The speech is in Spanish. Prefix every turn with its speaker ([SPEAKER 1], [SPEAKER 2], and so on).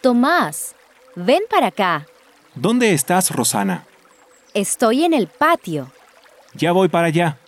[SPEAKER 1] Tomás, ven para acá.
[SPEAKER 2] ¿Dónde estás, Rosana?
[SPEAKER 1] Estoy en el patio.
[SPEAKER 2] Ya voy para allá.